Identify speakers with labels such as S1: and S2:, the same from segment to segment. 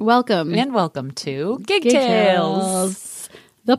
S1: Welcome.
S2: And welcome to Gig,
S1: Gig
S2: Tales,
S1: Tales, the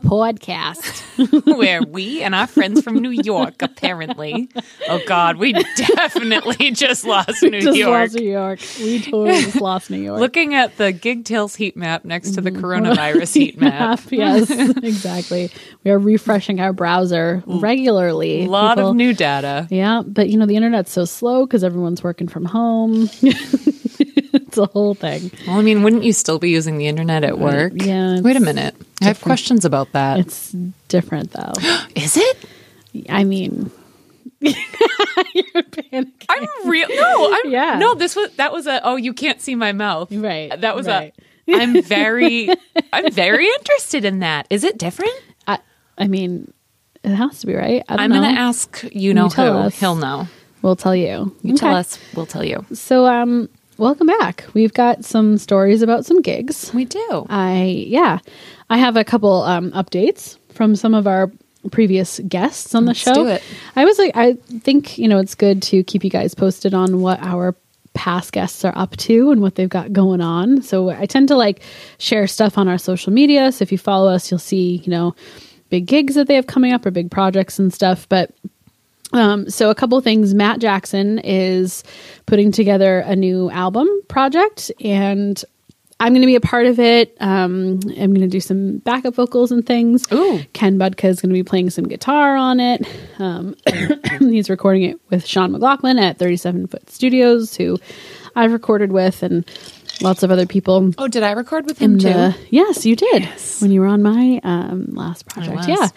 S1: podcast.
S2: where we and our friends from New York, apparently. Oh, God, we definitely just lost New
S1: just
S2: York.
S1: lost New York. We totally just lost New York.
S2: Looking at the Gig Tales heat map next to the
S1: Mm-hmm.
S2: coronavirus heat map.
S1: yes, exactly. We are refreshing our browser regularly.
S2: A lot
S1: People-
S2: of new data.
S1: Yeah, but you know the internet's so slow because everyone's working from home. it's a whole thing.
S2: Well, I mean, wouldn't you still be using the internet at work?
S1: yeah, it's
S2: Wait a minute. I have questions about that.
S1: It's different though.
S2: Is it?
S1: I mean, you're panicking.
S2: I'm real. No, I'm.
S1: Yeah.
S2: No, this was that was a. Oh, you can't see my mouth.
S1: Right,
S2: That was
S1: right.
S2: a. I'm very. I'm very interested in that. Is it different?
S1: I, I mean, it has to be right. I don't
S2: I'm
S1: know.
S2: gonna ask. You know
S1: tell
S2: who?
S1: us.
S2: He'll know.
S1: We'll tell you.
S2: You tell
S1: Okay.
S2: us. We'll tell you.
S1: So, um, welcome back. We've got some stories about some gigs.
S2: We do.
S1: I yeah, I have a couple um, updates from some of our previous guests on the show.
S2: do it.
S1: I was like, I think you know it's good to keep you guys posted on what our past guests are up to and what they've got going on. So I tend to like share stuff on our social media. So if you follow us, you'll see you know big gigs that they have coming up or big projects and stuff. But um, so a couple things. Matt Jackson is putting together a new album project, and I'm going to be a part of it. Um, I'm going to do some backup vocals and things.
S2: Ooh.
S1: Ken Budka is going to be playing some guitar on it. Um, he's recording it with Sean McLaughlin at 37 Foot Studios, who I've recorded with, and lots of other people.
S2: oh, did I record with
S1: in
S2: him too?
S1: the- uh, yes, you did when you were on my um, last
S2: was.
S1: project. Yeah.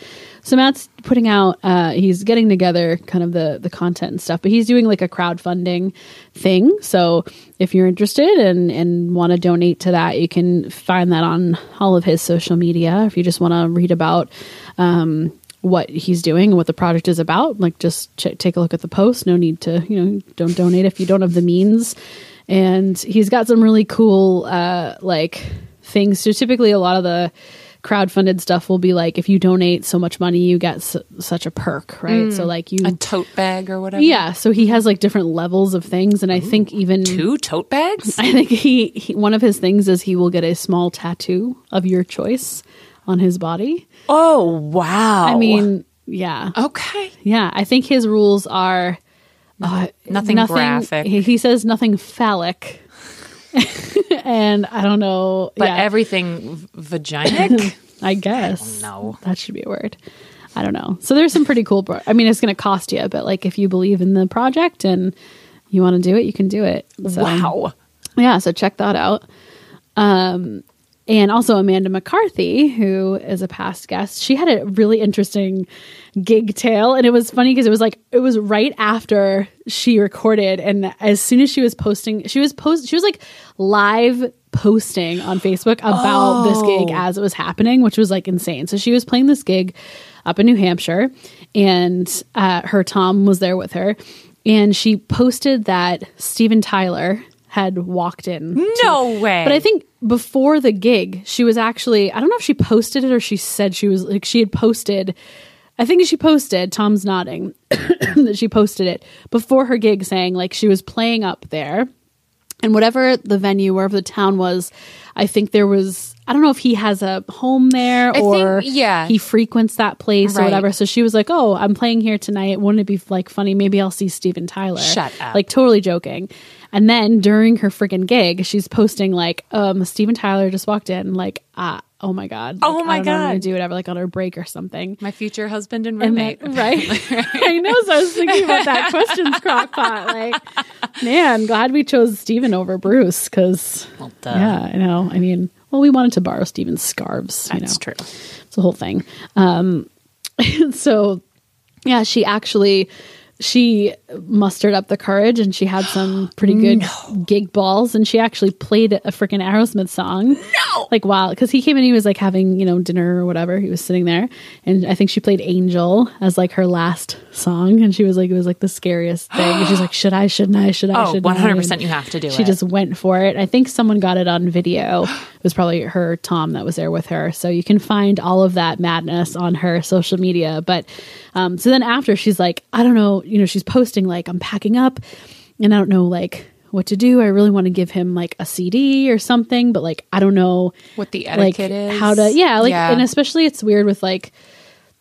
S1: So Matt's putting out. Uh, he's getting together kind of the the content and stuff, but he's doing like a crowdfunding thing. So if you're interested and and want to donate to that, you can find that on all of his social media. If you just want to read about. Um, what he's doing and what the project is about like just ch- take a look at the post no need to you know don't donate if you don't have the means and he's got some really cool uh like things so typically a lot of the crowdfunded stuff will be like if you donate so much money you get s- such a perk right so like you
S2: Mm. a tote bag or whatever.
S1: yeah so he has like different levels of things and i think even
S2: Two tote bags.
S1: i think he, he one of his things is he will get a small tattoo of your choice on his body
S2: Oh wow.
S1: i mean yeah
S2: Okay.
S1: yeah i think his rules are uh,
S2: Nothing graphic.
S1: he, he says nothing phallic and i don't know
S2: But
S1: yeah.
S2: everything v- vaginic.
S1: I guess.
S2: know.
S1: That should be a word. I don't know. So there's some pretty cool. Bro- I mean, it's going to cost you, but like if you believe in the project and you want to do it, you can do it. So,
S2: wow.
S1: Yeah. So check that out. Um, and also Amanda McCarthy, who is a past guest, she had a really interesting gig tale, and it was funny because it was like it was right after she recorded, and as soon as she was posting, she was post, she was like live posting on Facebook about this gig as it was happening, which was like insane. So she was playing this gig up in New Hampshire, and uh, her Tom was there with her, and she posted that Steven Tyler had walked in.
S2: Hmm.
S1: to-
S2: No way.
S1: um, But I think before the gig, she was actually I don't know if she posted it or she said she was like she had posted I think she posted, Tom's nodding, that she posted it before her gig saying like she was playing up there and whatever the venue, wherever the town was, I think there was I don't know if he has a home there
S2: think-
S1: or
S2: yeah.
S1: he frequents that place
S2: Right.
S1: or whatever. So she was like, "Oh, I'm playing here tonight. Wouldn't it be like funny? Maybe I'll see Steven Tyler."
S2: Shut up.
S1: Like totally joking. And then during her freaking gig, she's posting like, um, Steven Tyler just walked in, like, ah, oh my god,
S2: Oh
S1: Like,
S2: my
S1: I don't know what I'm gonna
S2: God.
S1: do whatever, like on her break or something.
S2: My future husband and
S1: And
S2: roommate.
S1: that- right? I know. So I was thinking about that questions crockpot. Like, man, glad we chose Steven over Bruce because,
S2: Well, duh.
S1: yeah, I know. I mean, well, we wanted to borrow Steven's scarves. you know.
S2: That's true.
S1: It's the whole thing. Um, so yeah, she actually she mustered up the courage and she had some pretty good gig balls and she actually played a freaking Aerosmith song. No. Like wow, cuz he came in he was like having, you know, dinner or whatever. He was sitting there and I think she played Angel as like her last song and she was like it was like the scariest thing. And she's like should I shouldn't I should I
S2: Oh,
S1: should
S2: 100% you have to do
S1: she
S2: it.
S1: just went for it. I think someone got it on video. It was probably her Tom that was there with her. So you can find all of that madness on her social media. But um, so then after she's like, I don't know, you know, she's posting like I'm packing up, and I don't know like what to do. I really want to give him like a CD or something, but like I don't know
S2: What the
S1: like
S2: etiquette is.
S1: how to yeah, like and especially it's weird with like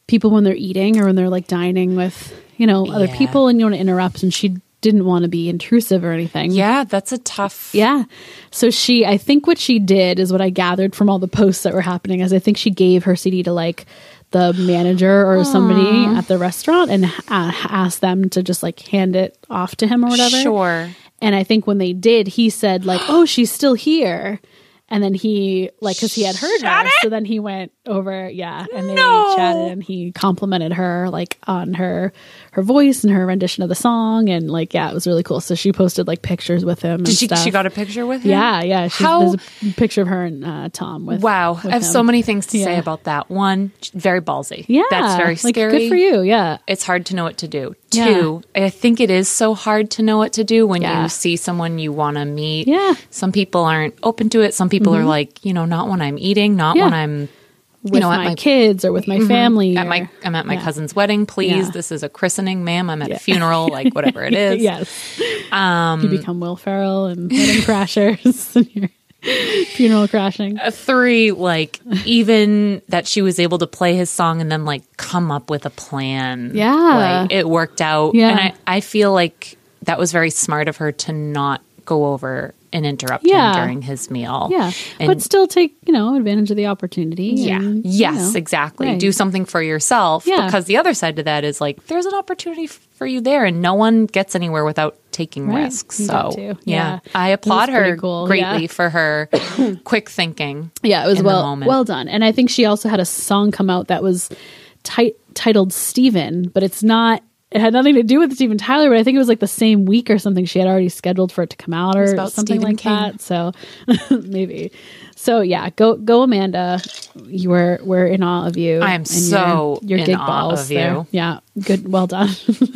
S1: people when they're eating or when they're like dining with, you know, other
S2: Yeah.
S1: people and you want to interrupt and she didn't want to be intrusive or anything.
S2: yeah, that's a tough.
S1: Yeah. So she, I think what she did is what I gathered from all the posts that were happening is I think she gave her CD to like the manager or somebody at the restaurant and uh, asked them to just like hand it off to him or whatever.
S2: Sure.
S1: And I think when they did, he said like, "Oh, she's still here." And then he like because he had heard her, so then he went over, yeah, and they
S2: No.
S1: chatted, and he complimented her like on her her voice and her rendition of the song, and like yeah, it was really cool. So she posted like pictures with him. and
S2: Did she?
S1: stuff.
S2: She got a picture with him.
S1: Yeah, yeah. She's,
S2: How-
S1: There's a picture of her and uh, Tom with.
S2: Wow,
S1: with
S2: I have so
S1: him.
S2: many things to say
S1: Yeah.
S2: about that. One, very ballsy.
S1: Yeah,
S2: that's very
S1: like,
S2: scary.
S1: Good for you. Yeah,
S2: It's hard to know what to do.
S1: Yeah.
S2: Two, I think it is so hard to know what to do when
S1: Yeah.
S2: you see someone you want to meet.
S1: Yeah. Mm-hmm.
S2: Some people aren't open to it. Some people are like, you know, not when I'm eating, not
S1: Yeah.
S2: when I'm
S1: with
S2: you know, at
S1: my,
S2: my- Mm-hmm.
S1: kids or with my family.
S2: at
S1: or-
S2: my I'm at my
S1: Yeah.
S2: cousin's wedding, please.
S1: Yeah.
S2: This is a christening, ma'am. I'm at a funeral, like whatever it is.
S1: yes.
S2: Um,
S1: you become Will Ferrell and wedding crashers and your funeral crashing.
S2: A three, like even that she was able to play his song and then like come up with a plan.
S1: Yeah.
S2: Like it worked out.
S1: Yeah.
S2: And I, I feel like that was very smart of her to not go over and interrupt
S1: Yeah.
S2: him during his meal.
S1: Yeah,
S2: And
S1: but still take you know advantage of the opportunity.
S2: yeah.
S1: and, you
S2: yes,
S1: know.
S2: exactly.
S1: Right.
S2: Do something for yourself
S1: Yeah.
S2: because the other side to that is like there's an opportunity f- for you there and no one gets anywhere without taking
S1: Right.
S2: risks.
S1: You
S2: So,
S1: got to.
S2: yeah.
S1: Yeah.
S2: I
S1: That's
S2: applaud her
S1: pretty cool.
S2: greatly
S1: Yeah.
S2: for her quick thinking.
S1: Yeah, it was
S2: in the
S1: well
S2: moment.
S1: well done. And I think she also had a song come out that was ti- titled Steven, but it's not it had nothing to do with Steven Tyler, but I think it was like the same week or something. She had already scheduled for it to come out or
S2: about
S1: something
S2: Stephen
S1: like that. So maybe. So yeah, go go Amanda. You were we're in awe of you.
S2: I am
S1: and
S2: so
S1: your, your
S2: in
S1: gig
S2: awe
S1: balls
S2: of you.
S1: there. Yeah. Good well done.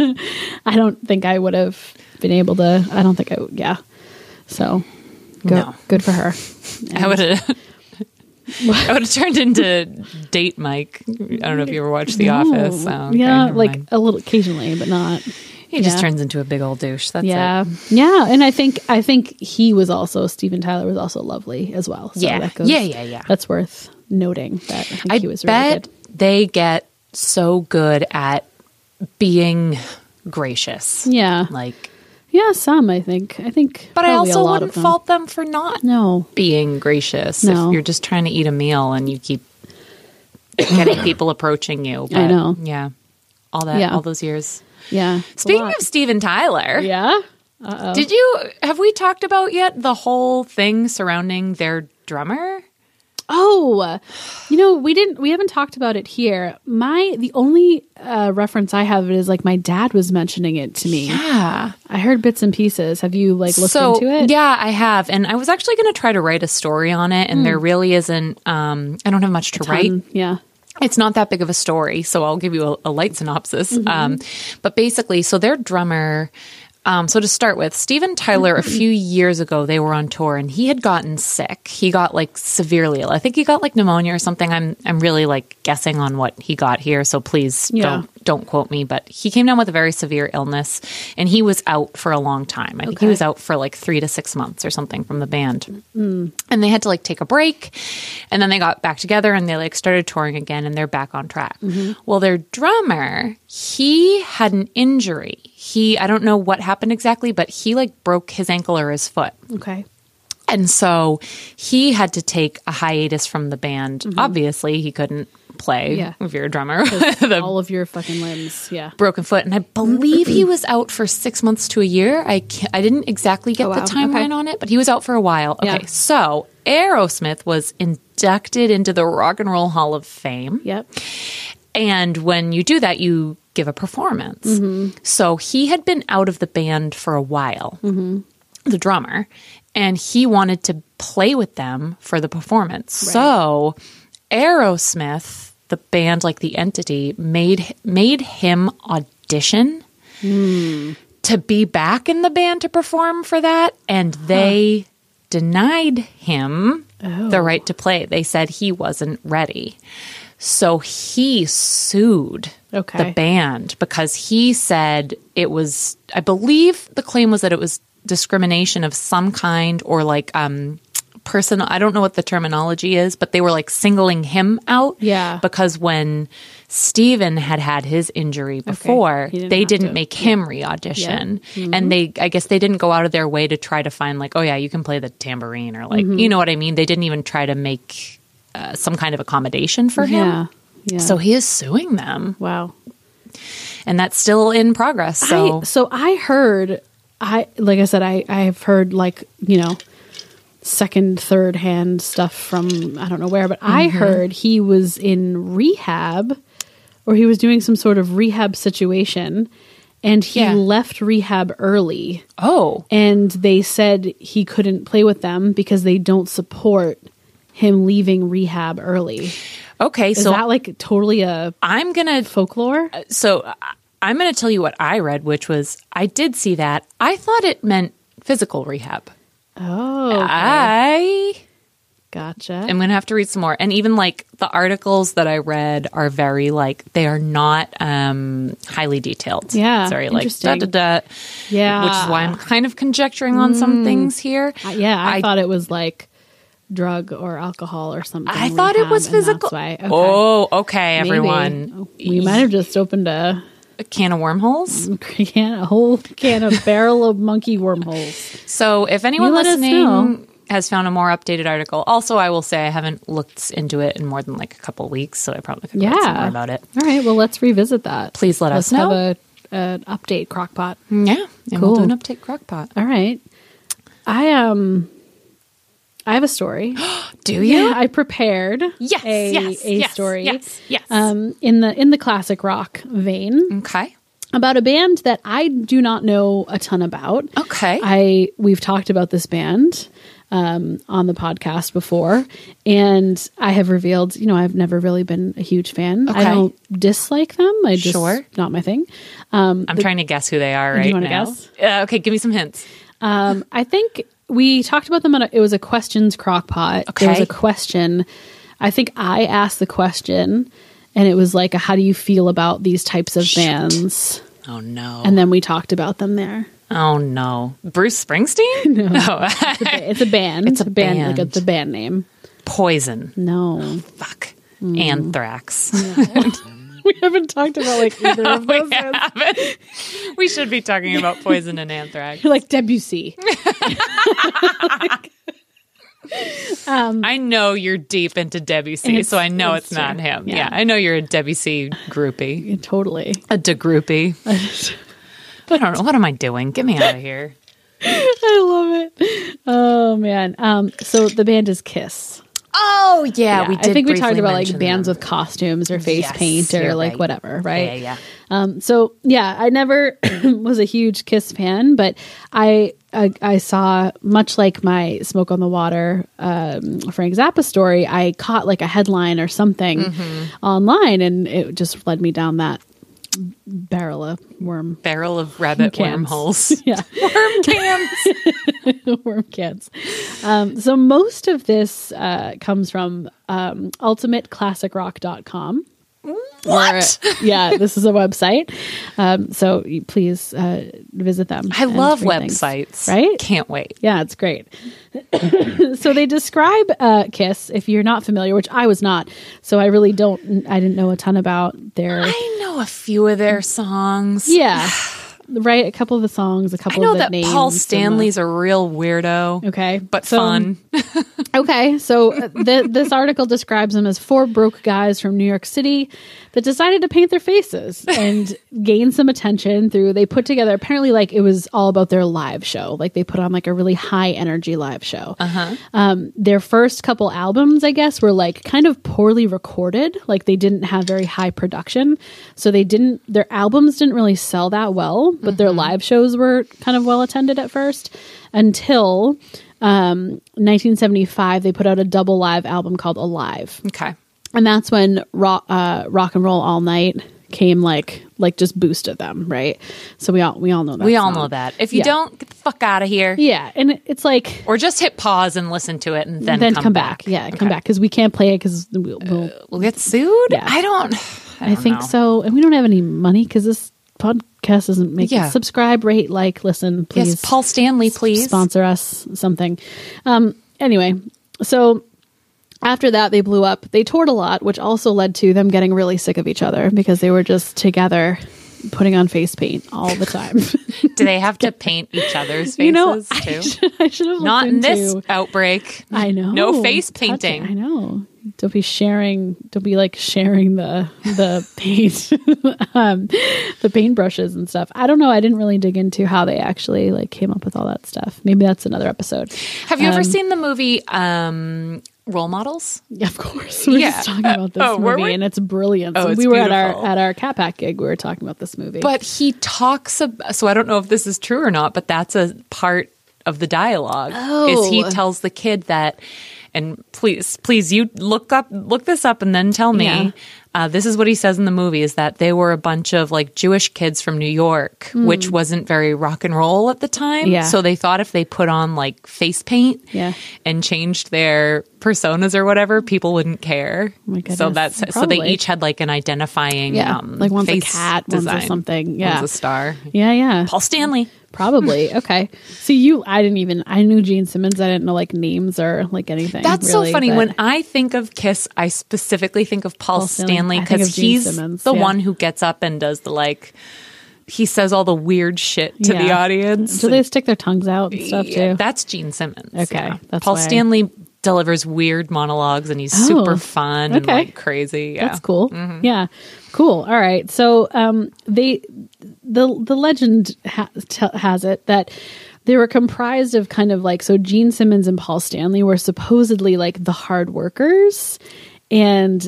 S1: I don't think I would have been able to I don't think I would yeah. So go,
S2: No.
S1: good for her.
S2: I would have. I would have turned into date Mike. I don't know if you ever watched The Office.
S1: Oh,
S2: Oh, okay,
S1: yeah,
S2: never
S1: like
S2: mind.
S1: a little occasionally, but not.
S2: he just
S1: yeah.
S2: turns into a big old douche. That's
S1: yeah,
S2: it.
S1: yeah, and I think I think he was also Steven Tyler was also lovely as well. So
S2: Yeah.
S1: that goes,
S2: Yeah, yeah, yeah.
S1: That's worth noting. That I think
S2: I
S1: he was really
S2: bet
S1: good.
S2: they get so good at being gracious.
S1: Yeah,
S2: Like,
S1: yeah, some I think. I think,
S2: but I
S1: probably a
S2: also
S1: lot
S2: wouldn't
S1: of them.
S2: fault them for not
S1: No,
S2: being gracious.
S1: No.
S2: If you're just trying to eat a meal and you keep getting people approaching you. But,
S1: know.
S2: Yeah. All that.
S1: Yeah.
S2: All those years.
S1: yeah. it's a
S2: Speaking
S1: lot.
S2: of Steven Tyler.
S1: yeah,
S2: Did you have we talked about yet the whole thing surrounding their drummer?
S1: Oh, you know, we didn't. We haven't talked about it here. My the only uh, reference I have is like my dad was mentioning it to me.
S2: Yeah.
S1: I heard bits and pieces. Have you like looked
S2: so
S1: into it?
S2: yeah, I have, and I was actually going to try to write a story on it, and there
S1: Hmm.
S2: really isn't. Um, I don't have much to write.
S1: Um, yeah.
S2: It's not that big of a story, so I'll give you a, a light synopsis.
S1: Mm-hmm.
S2: Um, but basically, so their drummer. Um, so to start with, Steven Tyler,
S1: Mm-hmm.
S2: a few years ago, they were on tour and he had gotten sick. He got like severely ill. I think he got like pneumonia or something. I'm I'm really like guessing on what he got here, so please
S1: Yeah.
S2: don't don't quote me. But he came down with a very severe illness and he was out for a long time. I think he was out for like three to six months or something from the band and they had to like take a break and then they got back together and they like started touring again and they're back on track well their drummer he had an injury he i don't know what happened exactly but he like broke his ankle or his foot
S1: Okay.
S2: and so he had to take a hiatus from the band obviously he couldn't play
S1: Yeah.
S2: if you're a drummer with a
S1: all of your fucking limbs. Yeah.
S2: broken foot and i believe he was out for six months to a year i can't, i didn't exactly get
S1: Oh,
S2: the
S1: wow.
S2: timeline
S1: Okay.
S2: on it but he was out for a while
S1: Yeah.
S2: okay so aerosmith was inducted into the rock and roll hall of fame
S1: Yep.
S2: and when you do that you give a performance so he had been out of the band for a while the drummer and he wanted to play with them for the performance so aerosmith the band like the entity made made him audition to be back in the band to perform for that and they denied him
S1: Oh.
S2: the right to play they said he wasn't ready so he sued
S1: Okay.
S2: the band because he said it was i believe the claim was that it was discrimination of some kind or like um personal I don't know what the terminology is, but they were like singling him out.
S1: Yeah.
S2: Because when Steven had had his injury before,
S1: He didn't
S2: they
S1: have
S2: didn't
S1: to.
S2: make him re-audition.
S1: Mm-hmm.
S2: And they I guess they didn't go out of their way to try to find like, oh yeah, you can play the tambourine or
S1: Mm-hmm.
S2: like you know what I mean? They didn't even try to make uh, some kind of accommodation for him.
S1: Yeah. Yeah.
S2: So he is suing them,
S1: wow.
S2: and that's still in progress. So
S1: I, so I heard, I like I said, I I have heard like you know, second, third hand stuff from I don't know where, but I heard he was in rehab, or he was doing some sort of rehab situation, and he
S2: Yeah.
S1: left rehab early,
S2: oh,
S1: and they said he couldn't play with them because they don't support him leaving rehab early.
S2: okay.
S1: Is
S2: So Uh,
S1: that like totally a
S2: I'm gonna
S1: folklore?
S2: so I- I'm going to tell you what I read, which was I did see that. I thought it meant physical rehab.
S1: Oh, okay.
S2: I
S1: gotcha.
S2: am going to have to read some more. And even like the articles that I read are very like they are not um highly detailed.
S1: Yeah,
S2: sorry, like da
S1: interesting.
S2: da da.
S1: yeah,
S2: Which is why I'm kind of conjecturing on some things here.
S1: I- yeah, I,
S2: I-
S1: thought it was like drug or alcohol or something.
S2: I thought it
S1: rehab,
S2: was
S1: and that's
S2: physical.
S1: why- okay.
S2: Oh, okay,
S1: Maybe.
S2: everyone.
S1: we might have Mm. just opened a
S2: A can of wormholes.
S1: can, a whole can of barrel of monkey wormholes.
S2: So if anyone
S1: You let us know.
S2: listening has found a more updated article, also I will say I haven't looked into it in more than like a couple weeks, so I probably could yeah. some
S1: Yeah.
S2: more about it.
S1: All right, well, let's revisit that.
S2: Please let
S1: let's
S2: us know.
S1: have a, an update, crockpot.
S2: yeah, and we'll
S1: Cool.
S2: do an update crockpot.
S1: All right, I um, I have a story.
S2: Do you?
S1: I prepared.
S2: Yes,
S1: a,
S2: yes,
S1: a
S2: yes,
S1: story.
S2: yes, yes.
S1: Um, in the in the classic rock vein.
S2: Okay.
S1: about a band that I do not know a ton about.
S2: Okay.
S1: I we've talked about this band um, on the podcast before, and I have revealed, you know, I've never really been a huge fan. I
S2: Okay.
S1: don't dislike them. I just
S2: Sure.
S1: not my thing. Um,
S2: I'm trying to guess who they are right
S1: wanna
S2: now.
S1: guess?
S2: Uh, okay, give me some hints.
S1: um, I think we talked about them on a, it was a questions crockpot. It was
S2: Okay.
S1: a question. I think I asked the question, and it was like, a, "How do you feel about these types of bands?"
S2: Oh no.
S1: And then we talked about them there.
S2: oh no. Bruce Springsteen? Oh. no.
S1: It's a band. It's
S2: a
S1: Like
S2: band.
S1: it's a band name.
S2: Poison.
S1: No,
S2: Fuck.
S1: Mm.
S2: Anthrax.
S1: we haven't talked about like either
S2: we
S1: of those. bands.
S2: haven't. We should be talking about poison and anthrax.
S1: You're like Debussy.
S2: I know you're deep into Debussy,
S1: It's-
S2: so I know
S1: it's
S2: it's, not
S1: true.
S2: him.
S1: Yeah.
S2: Yeah. I know you're a Debussy groupie,
S1: Yeah, totally.
S2: a de groupie. I don't know. What am I doing? Get me out of here.
S1: I love it. Oh man. Um. So the band is Kiss.
S2: Oh yeah,
S1: Yeah, I think we talked about like bands with costumes or face
S2: Yes,
S1: paint or
S2: you're
S1: like
S2: right.
S1: whatever, right?
S2: Yeah, yeah.
S1: Um, so yeah, I never was a huge Kiss fan, but I, I I saw much like my Smoke on the Water um, Frank Zappa story. I caught like a headline or something
S2: Mm-hmm.
S1: online, and it just led me down that barrel of worm
S2: barrel of rabbit
S1: Cans.
S2: wormholes.
S1: yeah
S2: Worm cans.
S1: worm cans. Um, so most of this uh, comes from um, ultimateclassicrock.com.
S2: what?
S1: yeah, this is a website. Um, so you- please uh, visit them.
S2: I
S1: and
S2: love
S1: read things.
S2: websites.
S1: right?
S2: Can't wait.
S1: Yeah, it's great. so they describe uh, Kiss if you're not familiar, which I was not. So I really don't. I didn't know a ton about their.
S2: I know a few of their songs.
S1: Mm. yeah, right. A couple of the songs, a
S2: I
S1: couple
S2: know
S1: of the
S2: that
S1: names.
S2: Paul
S1: and the-
S2: Stanley's a real weirdo.
S1: Okay,
S2: But
S1: So-
S2: fun.
S1: Okay, so uh, th- this article describes them as four broke guys from New York City that decided to paint their faces and gain some attention through. They put together apparently like it was all about their live show. Like they put on like a really high energy live show. Uh-huh. Um, their first couple albums, I guess, were like kind of poorly recorded. Like they didn't have very high production, so they didn't. Their albums didn't really sell that well, but their live shows were kind of well attended at first until. Um, 1975, they put out a double live album called Alive,
S2: Okay.
S1: and that's when rock, uh, rock and roll all night came like like just boosted them, right? So we all we all know that
S2: We all know
S1: song.
S2: that. If you
S1: Yeah.
S2: don't, get the fuck out of here.
S1: yeah, and it- it's like
S2: Or just hit pause and listen to it and then,
S1: then come, back. yeah, come back because we can't play it because we'll, we'll
S2: We'll get sued?
S1: Yeah.
S2: Uh, I don't. I,
S1: I
S2: don't
S1: think
S2: know.
S1: so, and we don't have any money because this podcast doesn't make
S2: Yeah.
S1: it. Subscribe, rate, like, listen, please.
S2: Yes, Paul Stanley, please.
S1: sponsor us something. Um, anyway, so after that, they blew up. They toured a lot, which also led to them getting really sick of each other because they were just together putting on face paint all the time.
S2: Do they have to paint each other's faces
S1: you know,
S2: too?
S1: I should, I should have
S2: Not
S1: looked
S2: in this
S1: into-
S2: outbreak.
S1: I know.
S2: No face
S1: Touch it.
S2: painting.
S1: I know. Don't be sharing. Don't be like sharing the the paint, um, the paint brushes and stuff. I don't know. I didn't really dig into how they actually like came up with all that stuff. Maybe that's another episode.
S2: Have you ever seen the movie um, Role Models?
S1: Yeah, Of course, we were
S2: Yeah.
S1: just talking about this
S2: oh, were
S1: movie,
S2: we?
S1: and it's brilliant.
S2: Oh,
S1: So
S2: it's
S1: we were at
S2: beautiful.
S1: our at our Cat Pack gig. We were talking about this movie,
S2: But he talks about, so I don't know if this is true or not, but that's a part of the dialogue. Is he
S1: Oh.
S2: tells the kid that, and please, please, you look up, look this up and then tell me.
S1: Yeah.
S2: Uh, this is what he says in the movie is that they were a bunch of like Jewish kids from New York, which wasn't very rock and roll at the time.
S1: Hmm. Yeah.
S2: So they thought if they put on like face paint
S1: Yeah.
S2: and changed their personas or whatever, people wouldn't care.
S1: Oh my
S2: So
S1: goodness.
S2: that's so
S1: Probably.
S2: they each had like an identifying
S1: Yeah.
S2: um,
S1: Like one's a
S2: face
S1: cat, one's a
S2: design.
S1: something. Yeah.
S2: One's a star.
S1: yeah, yeah,
S2: Paul Stanley.
S1: probably. okay, so you, I didn't even. I knew Gene Simmons. I didn't know like names or like anything.
S2: That's
S1: really,
S2: so funny.
S1: but-
S2: When I think of Kiss, I specifically think of Paul,
S1: Paul Stanley.
S2: Stanley
S1: I think of
S2: because
S1: Gene
S2: he's
S1: Simmons,
S2: the
S1: yeah.
S2: one who gets up and does the like. He says all the weird shit to the
S1: Yeah.
S2: audience.
S1: do they stick their tongues out and stuff too?
S2: Yeah, that's Gene Simmons.
S1: Okay,
S2: yeah.
S1: that's
S2: Paul
S1: why I- Oh,
S2: Stanley delivers weird monologues and he's super fun and
S1: okay.
S2: like crazy. Yeah. Mm-hmm.
S1: That's cool. Yeah, cool. All right. So um, they the the legend ha- t- has it that they were comprised of kind of like so Gene Simmons and Paul Stanley were supposedly like the hard workers. And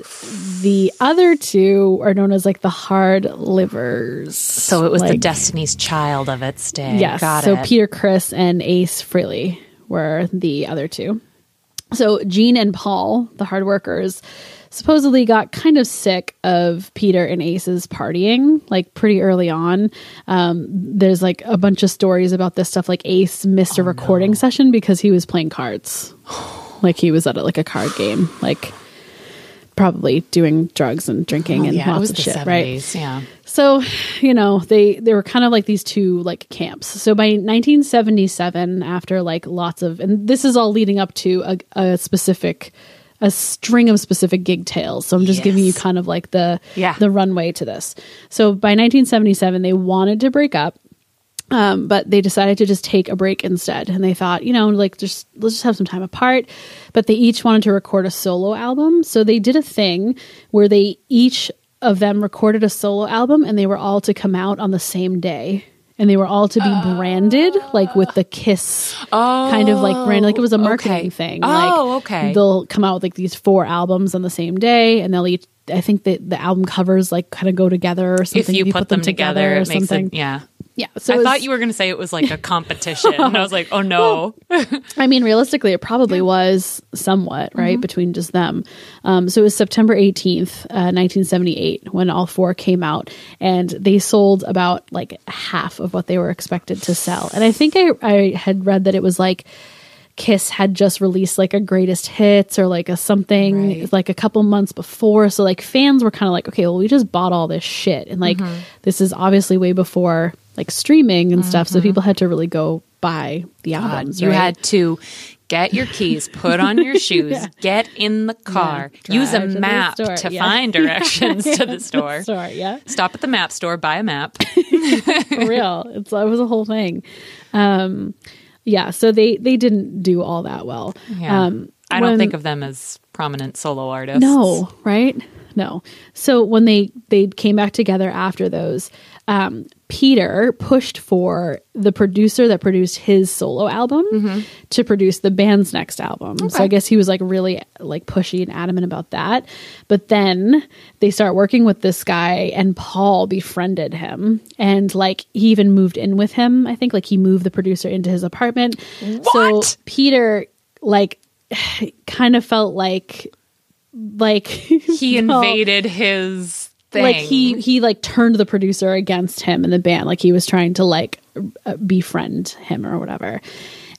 S1: the other two are known as like the hard livers.
S2: So it was the
S1: Like-
S2: Destiny's Child of its day.
S1: Yes.
S2: Got
S1: so
S2: it.
S1: Peter Chris and Ace Frehley were the other two. So Gene and Paul, the hard workers, supposedly got kind of sick of Peter and Ace's partying like pretty early on. Um, there's like a bunch of stories about this stuff. Like Ace missed
S2: Oh,
S1: a recording session because he was playing cards. like he was at like a card game. Like probably doing drugs and drinking and
S2: Oh, yeah,
S1: lots
S2: it was
S1: of
S2: the
S1: shit, right?
S2: 70s. Yeah.
S1: So, you know, they they were kind of like these two like camps. So by 1977, after like lots of, and this is all leading up to a, a specific, a string of specific gig tales. So I'm just giving you
S2: Yes.
S1: kind of like the
S2: Yeah.
S1: the runway to this. So by 1977, they wanted to break up. Um, but they decided to just take a break instead, and they thought, you know, like just let's just have some time apart. But they each wanted to record a solo album, so they did a thing where they each of them recorded a solo album, and they were all to come out on the same day, and they were all to be branded like with the Kiss kind of like brand, like it was a marketing
S2: okay.
S1: thing.
S2: Oh,
S1: like,
S2: okay.
S1: They'll come out with like these four albums on the same day, and they'll each. I think that the album covers like kind of go together or
S2: If
S1: something.
S2: you, put, them, together,
S1: or
S2: it makes
S1: something.
S2: it. Yeah.
S1: yeah. So
S2: I
S1: it was-
S2: thought you were going to say it was like a competition. and I was like, oh no.
S1: I mean, realistically, it probably was somewhat
S2: Mm-hmm.
S1: right between just them. Um, so it was September eighteenth, uh, nineteen seventy-eight, when all four came out, and they sold about like half of what they were expected to sell. And I think I, I had read that it was like Kiss had just released like a greatest hits or like a something
S2: Right.
S1: like a couple months before. So like fans were kind of like, okay, well, we just bought all this shit, and like
S2: Mm-hmm.
S1: this is obviously way before like streaming and stuff. So people had to really go buy the albums.
S2: Mm-hmm. you
S1: right?
S2: had to get your keys, put on your shoes, get in the car,
S1: Yeah,
S2: use a
S1: drive to the
S2: map
S1: store,
S2: to,
S1: yeah.
S2: find directions to the store.
S1: Sorry, yeah,
S2: Stop at the map store, buy a map.
S1: for real. It's it was a whole thing. Um, yeah, so they they didn't do all that well.
S2: Yeah.
S1: Um,
S2: I don't
S1: when-
S2: think of them as prominent solo artists.
S1: no, right? No. So when they they came back together after those, um, Peter pushed for the producer that produced his solo album to produce the band's next album. So I guess he was like really like pushy and adamant about that. But then they start working with this guy, and Paul befriended him, and like he even moved in with him. I think like he moved the producer into his apartment.
S2: What?
S1: So Peter like kind of felt like like
S2: He invaded his thing.
S1: like he he like turned the producer against him in the band like he was trying to like uh, befriend him or whatever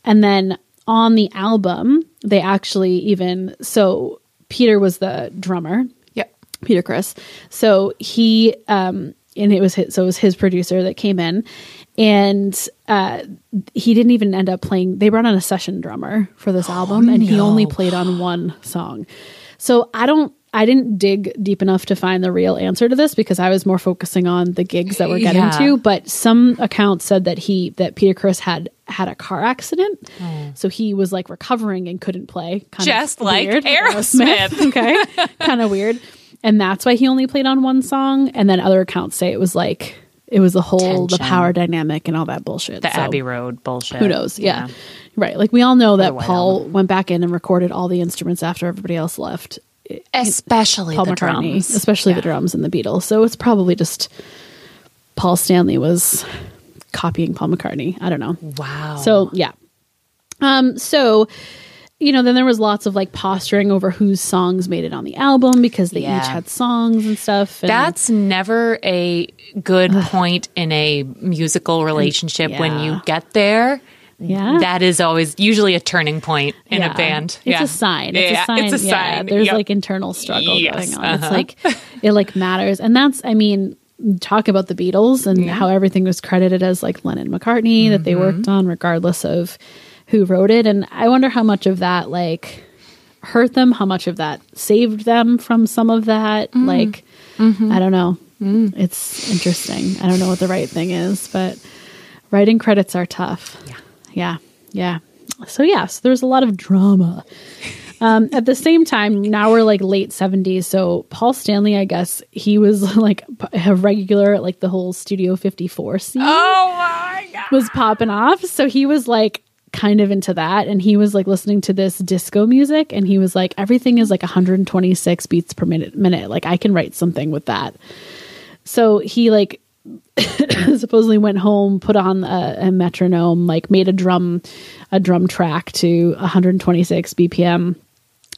S1: and then on the album they actually even so peter was the drummer
S2: Yep.
S1: Peter Chris. So he um and it was his, so it was his producer that came in and uh, he didn't even end up playing they brought on a session drummer for this
S2: Oh,
S1: album and he only played on one song so i don't i didn't dig deep enough to find the real answer to this because i was more focusing on the gigs that we're getting
S2: Yeah.
S1: to but some accounts said that he that peter chris had had a car accident so he was like recovering and couldn't play kind
S2: Hmm. Just like Aerosmith.
S1: okay kind of weird and that's why he only played on one song and then other accounts say it was like it was the whole the
S2: Tension.
S1: power dynamic and all that bullshit
S2: The
S1: So,
S2: Abbey Road bullshit.
S1: who knows yeah. right like we all know that
S2: white
S1: paul went back in and recorded all the instruments after everybody else left
S2: Especially
S1: paul
S2: the
S1: mccartney
S2: drums.
S1: especially the drums and the beatles so it's probably just paul stanley was copying paul mccartney i don't know
S2: Wow.
S1: so yeah. Um, so you know, then there was lots of like posturing over whose songs made it on the album because they
S2: Yeah.
S1: each had songs and stuff. And
S2: That's never a good point in a musical relationship when
S1: yeah.
S2: you get there.
S1: Yeah.
S2: That is always usually a turning point in
S1: yeah.
S2: a band.
S1: It's a sign. It's
S2: Yeah,
S1: a sign.
S2: It's a
S1: yeah,
S2: sign.
S1: There's
S2: Yep.
S1: like internal struggle
S2: Yes,
S1: going on. It's like it like matters. And that's I mean, talk about the Beatles and how everything was credited as like Lennon McCartney that they worked on regardless of who wrote it. And I wonder how much of that like hurt them, how much of that saved them from some of that. Like I don't know. It's interesting. I don't know what the right thing is, but writing credits are tough. Yeah. Yeah. Yeah. So yeah, so there's a lot of drama. Um, at the same time, now we're like late 70s. So Paul Stanley, I guess, he was like a regular, at, like the whole Studio 54 scene
S2: oh my god.
S1: was popping off. So he was like kind of into that. And he was like listening to this disco music. And he was like, everything is like 126 beats per minute. minute. Like I can write something with that. So he like supposedly went home, put on a, a metronome, like made a drum, a drum track to 126 BPM.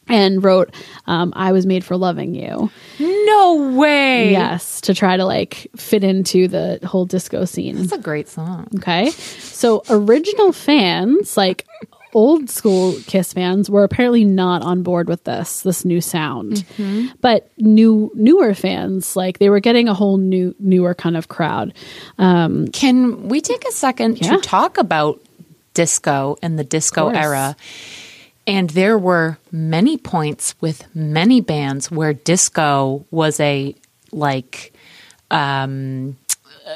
S1: And wrote, um, "I was made for loving you."
S2: No way.
S1: Yes, to try to like fit into the whole disco scene.
S2: It's a great song.
S1: Okay. So original fans, like old school Kiss fans, were apparently not on board with this, this new sound.
S2: Mm-hmm.
S1: But new newer fans, like they were getting a whole new newer kind of crowd.
S2: Can we take a second
S1: Yeah.
S2: to talk about disco and the disco
S1: course.
S2: era? And there were many points with many bands where disco was a like um uh,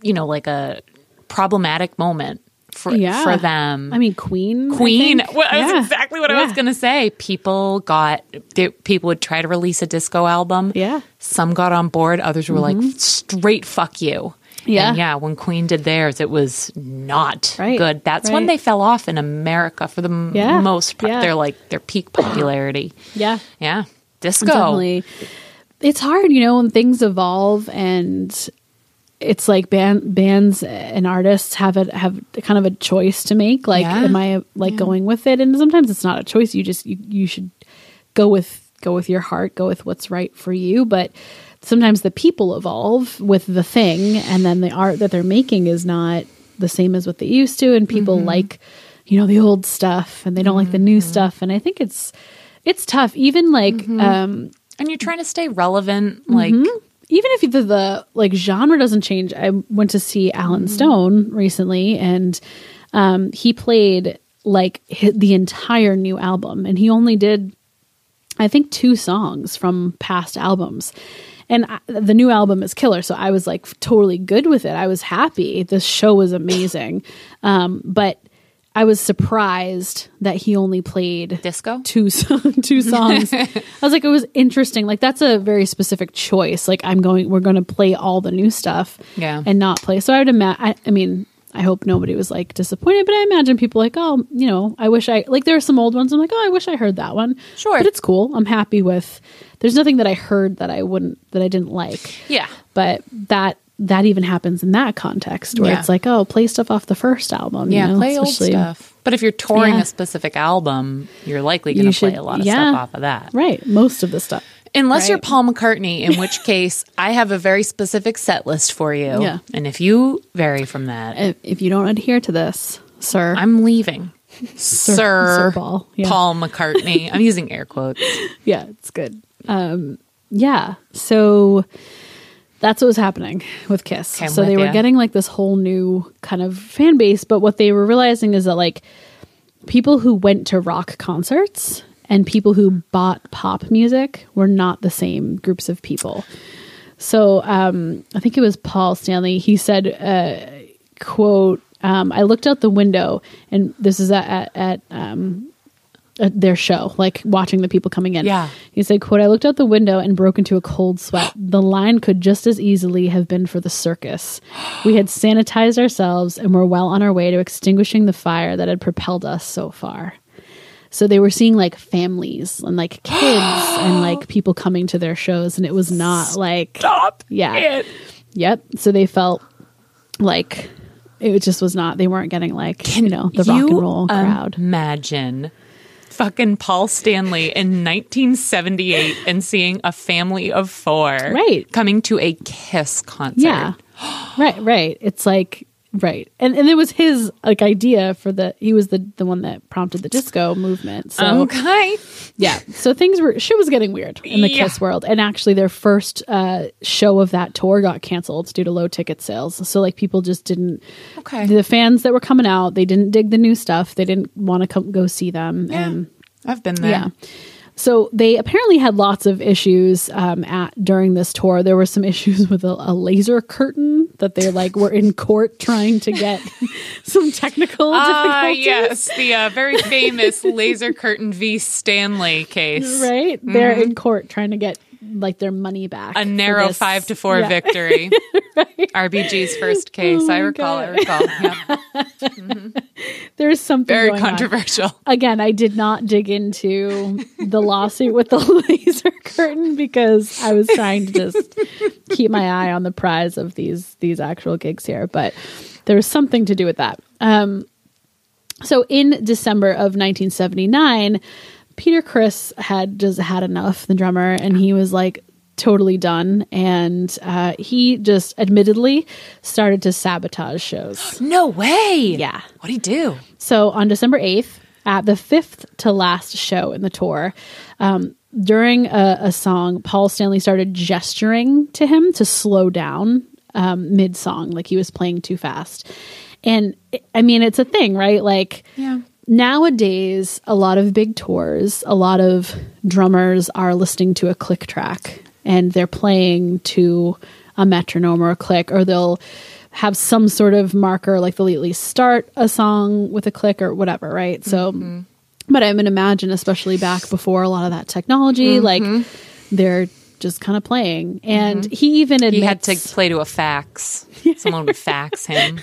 S2: you know like a problematic moment for
S1: Yeah.
S2: for them.
S1: I mean Queen. I
S2: Queen.
S1: think.
S2: Well, that's
S1: Yeah.
S2: exactly what I was
S1: Yeah.
S2: going to say. People got they, people would try to release a disco album.
S1: Yeah. Mm-hmm.
S2: some got on board. Others were like straight fuck you.
S1: Yeah.
S2: And yeah. When Queen did theirs, it was not
S1: Right.
S2: good. That's when
S1: Right.
S2: they fell off in America for the m-
S1: Yeah.
S2: most part.
S1: Yeah.
S2: They're like their peak popularity.
S1: Yeah.
S2: yeah, disco.
S1: Definitely. It's hard, you know, when things evolve and it's like band, bands and artists have it have kind of a choice to make. Like,
S2: Yeah.
S1: am I like going with it? And sometimes it's not a choice. You just you, you should go with go with your heart, go with what's right for you. But sometimes the people evolve with the thing, and then the art that they're making is not the same as what they used to. And people
S2: Mm-hmm.
S1: like you know the old stuff, and they don't like the new stuff. And I think it's it's tough. Even like
S2: Mm-hmm.
S1: um,
S2: And you're trying to stay relevant. Like
S1: Mm-hmm. even if the, the like genre doesn't change i went to see alan stone recently and um, he played like hi the entire new album and he only did i think two songs from past albums and I, the new album is killer so i was like totally good with it i was happy the show was amazing um, but i was surprised that he only played
S2: disco.
S1: two song, two songs. I was like, it was interesting. Like that's a very specific choice. Like I'm going, we're going to play all the new stuff,
S2: Yeah.
S1: and not play. So I would imagine. I, I mean, I hope nobody was like disappointed, but I imagine people like, oh, you know, I wish I like there are some old ones. I'm like, oh, I wish I heard that one.
S2: Sure.
S1: but it's cool. I'm happy with. There's nothing that I heard that I wouldn't that I didn't like
S2: Yeah.
S1: but that that even happens in that context where
S2: Yeah.
S1: it's like oh play stuff off the first album you
S2: Yeah,
S1: know,
S2: play old
S1: especially-
S2: stuff. But if you're touring
S1: Yeah.
S2: a specific album, you're likely
S1: You
S2: going to play
S1: should-
S2: a lot of
S1: yeah.
S2: stuff off of that.
S1: right most of the stuff
S2: Unless you're
S1: Right.
S2: Paul McCartney, in which case I have a very specific set list for you.
S1: Yeah.
S2: And if you vary from that,
S1: if, if you don't adhere to this sir
S2: I'm leaving. Sir,
S1: Sir Paul. Yeah.
S2: Paul McCartney. I'm using air quotes.
S1: yeah it's good um yeah so That's what was happening with Kiss.
S2: Okay, I'm
S1: so they
S2: with
S1: were
S2: ya.
S1: getting like this whole new kind of fan base, but what they were realizing is that like people who went to rock concerts and people who bought pop music were not the same groups of people. So um, I think it was Paul Stanley. He said, uh, "quote um, I looked out the window, and this is at at, at um, at their show, like watching the people coming in.
S2: Yeah.
S1: He said, quote, I looked out the window and broke into a cold sweat. The line could just as easily have been for the circus. We had sanitized ourselves and were well on our way to extinguishing the fire that had propelled us so far. So they were seeing like families and like kids and like people coming to their shows and it was not like
S2: Stop.
S1: Yeah.
S2: it.
S1: Yep. So they felt like it just was not they weren't getting like you know the rock and
S2: um,
S1: roll crowd.
S2: Imagine fucking Paul Stanley in 1978 and seeing a family of four
S1: Right.
S2: coming to a Kiss concert. Um,
S1: Yeah. right, right. It's like right. And and it was his like idea for the he was the the one that prompted the disco movement. So
S2: Okay.
S1: yeah. So things were shit was getting weird in the
S2: Yeah.
S1: Kiss world. And actually their first uh show of that tour got canceled due to low ticket sales. So like people just didn't
S2: Okay.
S1: the fans that were coming out, they didn't dig the new stuff. They didn't want to come go see them. And
S2: I've been there.
S1: yeah. So they apparently had lots of issues um, at during this tour. There were some issues with a, a laser curtain that they like were in court trying to get some technical
S2: Ah,
S1: difficulties.
S2: yes, the uh, very famous laser curtain v Stanley case.
S1: Right? They're in court trying to get like their money back.
S2: Mm-hmm. A
S1: for
S2: narrow
S1: this.
S2: five to four
S1: Yeah. Oh
S2: victory. RBG's first case. I
S1: my
S2: recall. I
S1: God.
S2: recall. Yeah.
S1: There's something
S2: Very
S1: going on.
S2: controversial.
S1: Again, I did not dig into the lawsuit with the laser curtain because I was trying to just keep my eye on the prize of these these actual gigs here, but there was something to do with that. Um, so in December of 1979, Peter Chris had just had enough, the drummer, and he was like totally done, and uh, he just admittedly started to sabotage shows.
S2: No way.
S1: Yeah.
S2: What'd he do?
S1: So on December 8th, at the fifth to last show in the tour, um, during a, a song, Paul Stanley started gesturing to him to slow down um, mid song, like he was playing too fast. And it- I mean, it's a thing, right? Like,
S2: Yeah.
S1: nowadays, a lot of big tours, a lot of drummers are listening to a click track and they're playing to a metronome or a click, or they'll have some sort of marker, like they'll at least start a song with a click or whatever, right? So,
S2: Mm-hmm.
S1: but I would imagine, especially back before a lot of that technology, like they're just kind of playing. And he even admits
S2: Mm-hmm. He had to play to a fax. Someone would fax him.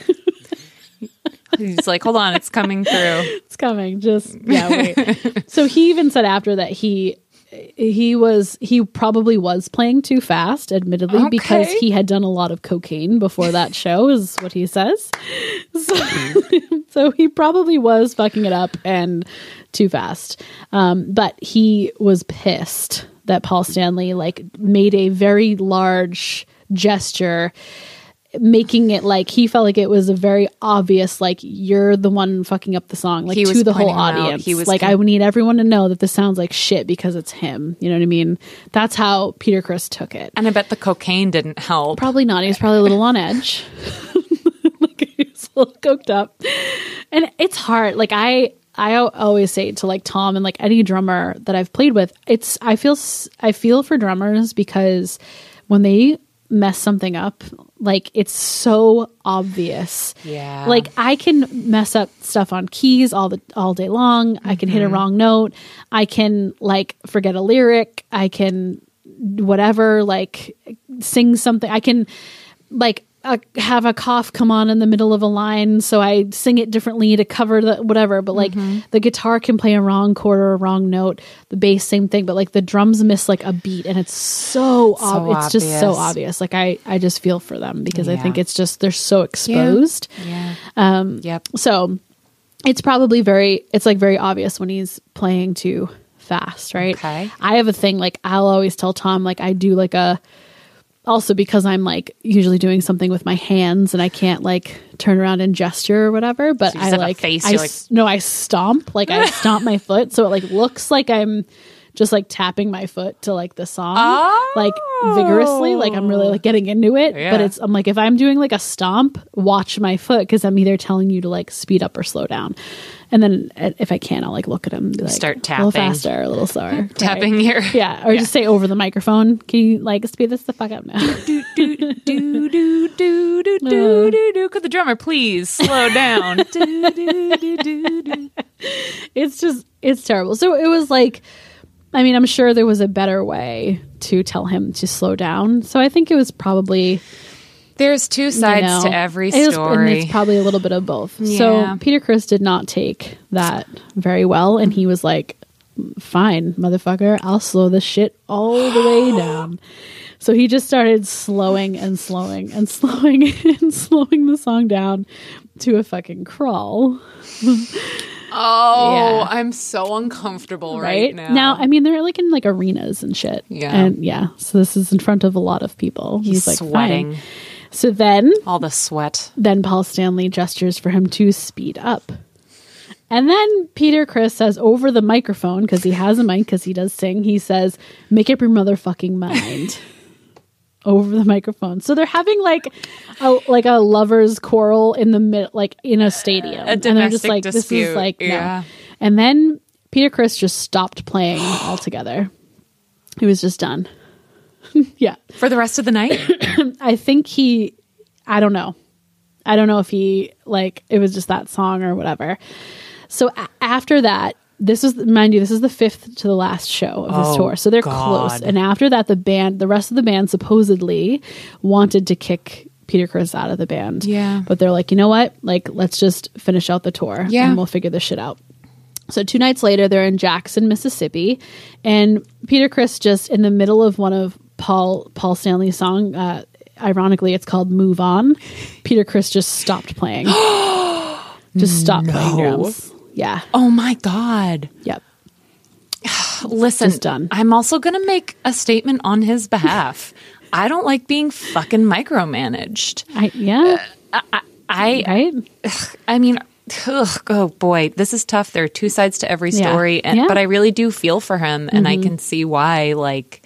S2: He's like, hold on, it's coming through.
S1: it's coming. Just yeah, wait. so he even said after that he he was he probably was playing too fast, admittedly, because
S2: Okay.
S1: he had done a lot of cocaine before that show, is what he says. So, so he probably was fucking it up and too fast. Um, but he was pissed that Paul Stanley like made a very large gesture making it like he felt like it was a very obvious like you're the one fucking up the song like
S2: He
S1: to
S2: was
S1: the whole
S2: pointing out,
S1: audience
S2: he was
S1: like i
S2: con-
S1: would need everyone to know that this sounds like shit because it's him you know what i mean that's how peter chris took it
S2: And I bet the cocaine didn't help.
S1: probably not he was probably a little on edge like he was a little coked up and it's hard like i i al- always say to like tom and like any drummer that i've played with it's i feel s- i feel for drummers because when they mess something up like it's so obvious
S2: Yeah.
S1: like I can mess up stuff on keys all the all day long. I can hit a wrong note. I can like forget a lyric. I can whatever like sing something. I can like uh, have a cough come on in the middle of a line so I sing it differently to cover the whatever. But like
S2: Mm-hmm.
S1: the guitar can play a wrong chord or a wrong note. The bass same thing. But like the drums miss like a beat and it's so, ob- it's just so
S2: obvious.
S1: obvious. Like I I just feel for them because I
S2: Yeah.
S1: think it's just they're so exposed.
S2: Yeah. Um, yep.
S1: So it's probably very it's like very obvious when he's playing too fast, right?
S2: Okay.
S1: I have a thing like I'll always tell Tom like I do like a also because I'm like usually doing something with my hands and I can't like turn around and gesture or whatever, but
S2: So you just
S1: I
S2: have a
S1: like
S2: face,
S1: I
S2: you're
S1: s- no I stomp like I stomp my foot so it like looks like I'm just like tapping my foot to like the song, like vigorously. Like I'm really like getting into it. But
S2: Yeah.
S1: it's I'm like if I'm doing like a stomp, watch my foot because I'm either telling you to like speed up or slow down. And then uh, if I can, I'll like look at him. And be like,
S2: Start
S1: a little
S2: tapping.
S1: faster, a little slower, Right.
S2: Tapping your-
S1: yeah, or just say over the microphone. Can you like speed this the fuck up now?
S2: do do do do do do do. Could the drummer please slow down? do, do, do, do, do.
S1: it's just it's terrible. So it was like I mean, I'm sure there was a better way to tell him to slow down. So I think it was probably you
S2: There's two sides
S1: know,
S2: to every
S1: it was- and
S2: story.
S1: it's probably a little bit of both.
S2: Yeah.
S1: So Peter Chris did not take that very well and he was like, Fine, motherfucker, I'll slow this shit all the way down. So he just started slowing and slowing and slowing and slowing the song down to a fucking crawl.
S2: oh,
S1: Yeah.
S2: I'm so uncomfortable
S1: right now. I mean, they're like in like arenas and shit.
S2: Yeah.
S1: and yeah. So this is in front of a lot of people. He's, like fine.
S2: sweating.
S1: So then,
S2: All the sweat.
S1: then Paul Stanley gestures for him to speed up, and then Peter Chris says over the microphone because he has a mic because he does sing. He says, "Make up your motherfucking mind." over the microphone so they're having like a like a lovers quarrel in the mid like in a stadium
S2: A
S1: and they're just
S2: domestic
S1: like this is
S2: dispute,
S1: like no.
S2: yeah.
S1: and then peter chris just stopped playing altogether he was just done yeah
S2: For the rest of the night?
S1: i think he i don't know i don't know if he like it was just that song or whatever so a- after that this is mind you this is the fifth to the last show of this
S2: Oh,
S1: tour so they're
S2: God.
S1: close and after that the band the rest of the band supposedly wanted to kick peter chris out of the band
S2: Yeah.
S1: but they're like you know what like let's just finish out the tour
S2: Yeah.
S1: and we'll figure this shit out so two nights later, they're in Jackson, Mississippi, and Peter Chris just in the middle of one of Paul Paul Stanley's song. Uh, ironically, it's called "Move On." Peter Chris just stopped playing. just stopped playing drums. Yeah.
S2: Oh my God.
S1: Yep.
S2: Listen,
S1: Just done.
S2: I'm also going to make a statement on his behalf. I don't like being fucking micromanaged.
S1: I yeah.
S2: I
S1: Right.
S2: I mean, ugh, oh boy, this is tough. There are two sides to every
S1: Yeah.
S2: story, and,
S1: Yeah. Mm-hmm.
S2: but I really do feel for him, and I can see why. Like,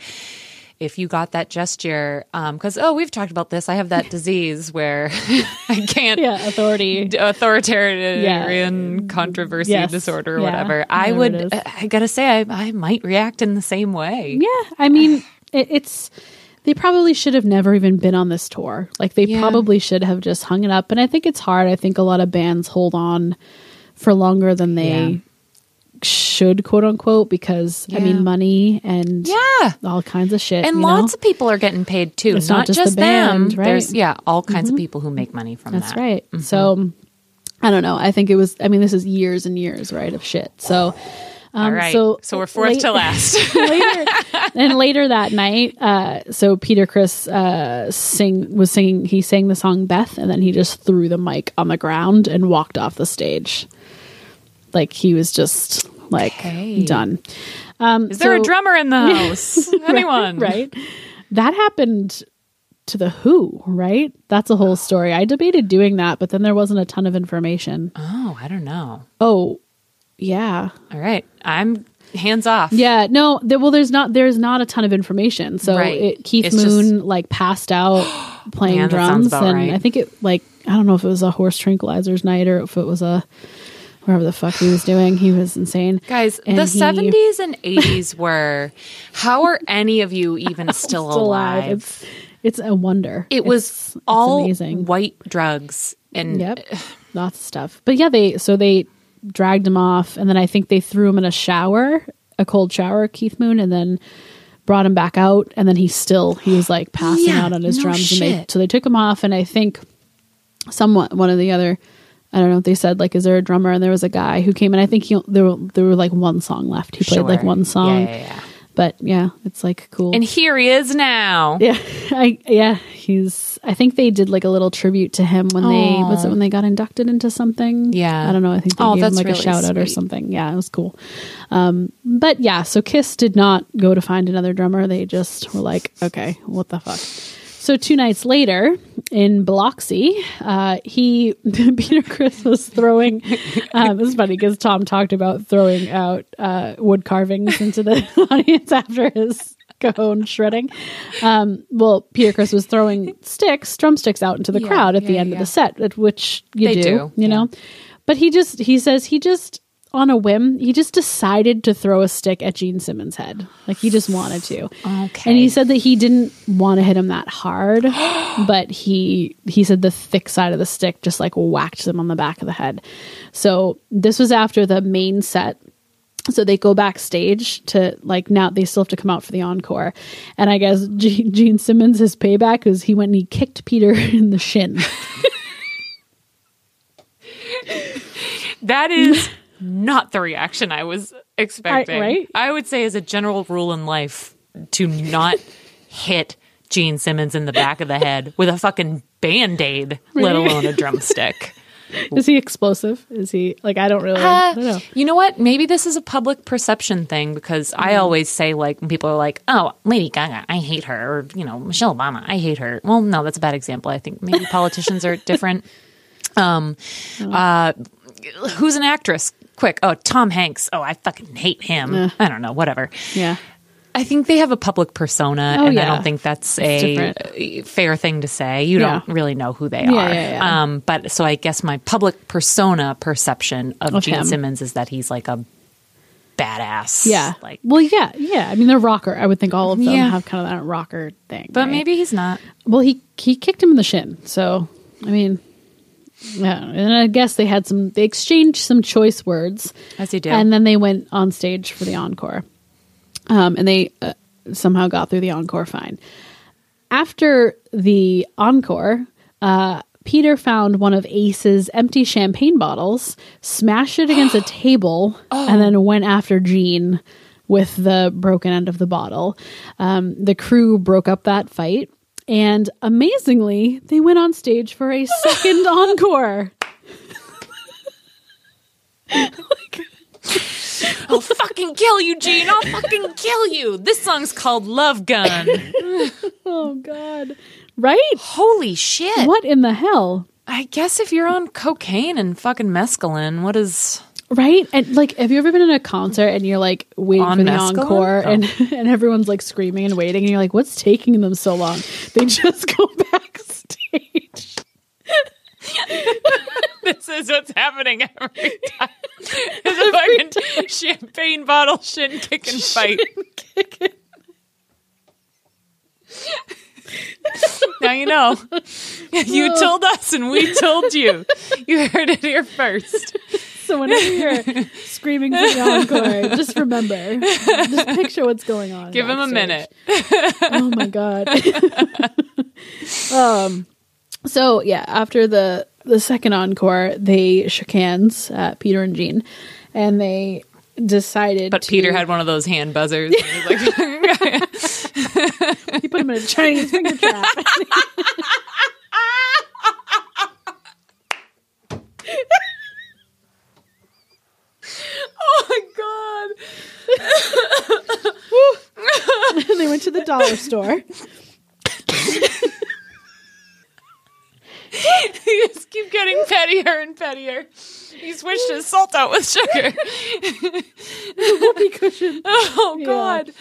S2: if you got that gesture, because oh, we've talked about this. I have that disease where I can't
S1: Yeah. Authority.
S2: d- authoritarian controversy
S1: Yes.
S2: disorder or
S1: Yeah,
S2: whatever. I
S1: whatever it
S2: would. uh,
S1: is.
S2: I gotta say, I, I might react in the same way.
S1: Yeah, I mean, it, it's they probably should have never even been on this tour. Like they
S2: Yeah.
S1: probably should have just hung it up. And I think it's hard. I think a lot of bands hold on for longer than they
S2: Yeah.
S1: should, quote unquote, because I
S2: Yeah.
S1: mean, money and
S2: Yeah.
S1: all kinds of shit.
S2: And
S1: you
S2: lots
S1: know?
S2: of people are getting paid too,
S1: It's
S2: not,
S1: not
S2: just,
S1: just the band,
S2: them.
S1: right? Mm-hmm.
S2: There's yeah, all kinds of people who make money from
S1: That's
S2: that. Mm-hmm.
S1: right. So I don't know. I think it was. I mean, this is years and years, right, of shit. So. Um,
S2: all right.
S1: So,
S2: So, we're fourth
S1: late-
S2: to last.
S1: later and later that night uh so peter chris uh sing was singing he sang the song beth and then he just threw the mic on the ground and walked off the stage like he was just like
S2: Okay.
S1: done um
S2: Is there a
S1: so-
S2: drummer in the house? Anyone?
S1: right that happened to the who right that's a whole story i debated doing that but then there wasn't a ton of information
S2: Oh, I don't know.
S1: oh yeah
S2: All right. I'm hands off.
S1: Yeah, no. There, well, there's not there's not a ton of information. So
S2: Right.
S1: it, Keith
S2: It's
S1: Moon like passed out playing
S2: Man, that sounds
S1: drums,
S2: about
S1: and
S2: right.
S1: I think it like I don't know if it was a horse tranquilizers night or if it was a whatever the fuck he was doing. He was insane,
S2: Guys,
S1: And
S2: the
S1: he-
S2: 70s and 80s were. How are any of you even still
S1: Still alive.
S2: alive?
S1: It's it's a wonder.
S2: It
S1: It's-
S2: was
S1: it's
S2: all
S1: amazing.
S2: white drugs and
S1: Yep, Eh, lots of stuff. But yeah, they so they dragged him off, and then I think they threw him in a shower, a cold shower, Keith Moon, and then brought him back out, and then he still he was like passing
S2: Yeah,
S1: out on his
S2: no
S1: drums, and they
S2: shit.
S1: so they took him off, and I think someone one of the other. I don't know if they said like, is there a drummer? And there was a guy who came, and I think he there were, there were like one song left. He played like
S2: Sure.
S1: one song,
S2: Yeah, yeah, yeah.
S1: but yeah, it's like cool.
S2: And here he is now.
S1: Yeah, I yeah, he's. I think they did like a little tribute to him when they was it when they got inducted into something.
S2: Yeah.
S1: I don't know. I think they
S2: Oh,
S1: gave him
S2: that's
S1: like a
S2: really
S1: shout out or
S2: sweet.
S1: something. Yeah, it was cool. Um, but yeah, so Kiss did not go to find another drummer. They just were like, okay, what the fuck. So two nights later in Biloxi, uh, he Peter Chris was throwing. Um, this is funny because Tom talked about throwing out uh, wood carvings into the audience after his cone shredding. Um, well, Peter Chris was throwing sticks, drumsticks, out into the
S2: Yeah,
S1: crowd at the
S2: yeah,
S1: end of
S2: yeah.
S1: the set, at which you
S2: They
S1: do,
S2: do,
S1: you know. But he just he says he just on a whim he just decided to throw a stick at Gene Simmons' head, like he just wanted to.
S2: Okay.
S1: And he said that he didn't want to hit him that hard, but he he said the thick side of the stick just like whacked them on the back of the head. So this was after the main set. So they go backstage to like now they still have to come out for the encore, and I guess Gene, Gene Simmons his payback was he went and he kicked Peter in the shin.
S2: That is not the reaction I was expecting.
S1: right?
S2: I would say, as a general rule in life, to not hit Gene Simmons in the back of the head with a fucking band aid, let alone a drumstick.
S1: Is he explosive? Is he like I don't really I don't
S2: Uh,
S1: know.
S2: You know what? Maybe this is a public perception thing because I
S1: Mm-hmm.
S2: always say, like, when people are like, oh, Lady Gaga, I hate her. Or, you know, Michelle Obama, I hate her. Well, no, that's a bad example. I think maybe politicians are different. Um,
S1: Mm-hmm.
S2: uh, who's an actress? Quick. Oh, Tom Hanks. Oh, I fucking hate him. I don't know, whatever.
S1: Yeah.
S2: I think they have a public persona,
S1: Oh,
S2: and I
S1: yeah.
S2: don't think that's
S1: different.
S2: a uh, fair thing to say. You
S1: Yeah.
S2: don't really know who they
S1: Yeah,
S2: are.
S1: yeah, yeah.
S2: Um, but so I guess my public persona perception of,
S1: Of
S2: Gene
S1: him.
S2: Simmons is that he's like a badass.
S1: Yeah.
S2: Like,
S1: well, yeah, yeah. I mean, they're rocker. I would think all of them
S2: Yeah.
S1: have kind of that rocker thing.
S2: but
S1: right?
S2: maybe he's not.
S1: Well, he he kicked him in the shin. So I mean, yeah. And I guess they had some. They exchanged some choice words,
S2: As you do.
S1: and then they went on stage for the encore. Um, and they uh, somehow got through the encore fine. After the encore, uh, Peter found one of Ace's empty champagne bottles, smashed it against a table, and then went after Jean with the broken end of the bottle. Um, the crew broke up that fight, and amazingly, they went on stage for a second encore.
S2: I'll fucking kill you, Gene. I'll fucking kill you. This song's called Love Gun.
S1: Oh, God. Right?
S2: Holy shit.
S1: What in the hell?
S2: I guess if you're on cocaine and fucking mescaline, what is.
S1: Right? And like, have you ever been in a concert and you're like waiting
S2: On
S1: for the
S2: mescaline?
S1: encore
S2: Oh.
S1: and, and everyone's like screaming and waiting and you're like, what's taking them so long? They just go backstage.
S2: This is what's happening every time. It's a fucking champagne bottle shin kick and fight. now you know. You told us and we told you. You heard it here first.
S1: So whenever you're screaming for the encore, just remember, just picture what's going on.
S2: Give him a
S1: backstage.
S2: minute.
S1: oh my god. um, so yeah, after the the second encore, they shook hands, uh, Peter and Jean, and they decided.
S2: But
S1: to-
S2: Peter had one of those hand buzzers. and he was like,
S1: he put him in a Chinese finger trap.
S2: oh my god.
S1: and they went to the dollar store.
S2: You just keep getting pettier and pettier. He switched his salt out with sugar.
S1: Whoopee cushion.
S2: Oh God.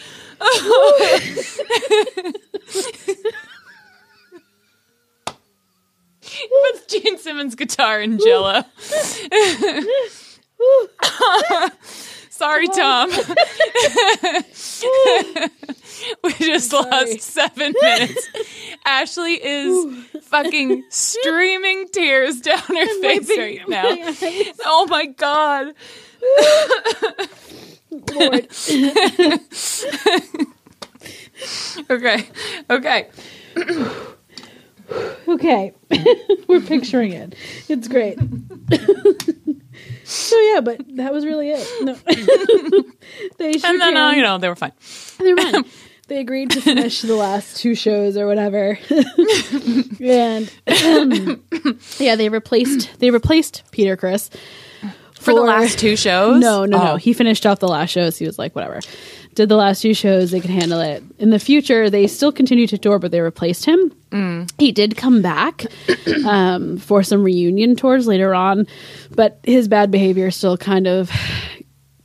S2: With Gene Simmons guitar and jello. Sorry, Tom. we just lost seven minutes. Ashley is fucking streaming tears down her face right now. Oh my God.
S1: Lord.
S2: Okay. Okay.
S1: Okay, we're picturing it. It's great. so yeah, but that was really it. No, they shook
S2: And then, uh,
S1: hands.
S2: you know, they were fine.
S1: They're fine. they agreed to finish the last two shows or whatever. and um, yeah, they replaced they replaced Peter Chris
S2: for the last two shows?
S1: No, no, no.
S2: Oh.
S1: He finished off the last shows. He was like, whatever. Did the last two shows. They could handle it. In the future, they still continue to tour, but they replaced him.
S2: Mm.
S1: He did come back um, for some reunion tours later on, but his bad behavior still kind of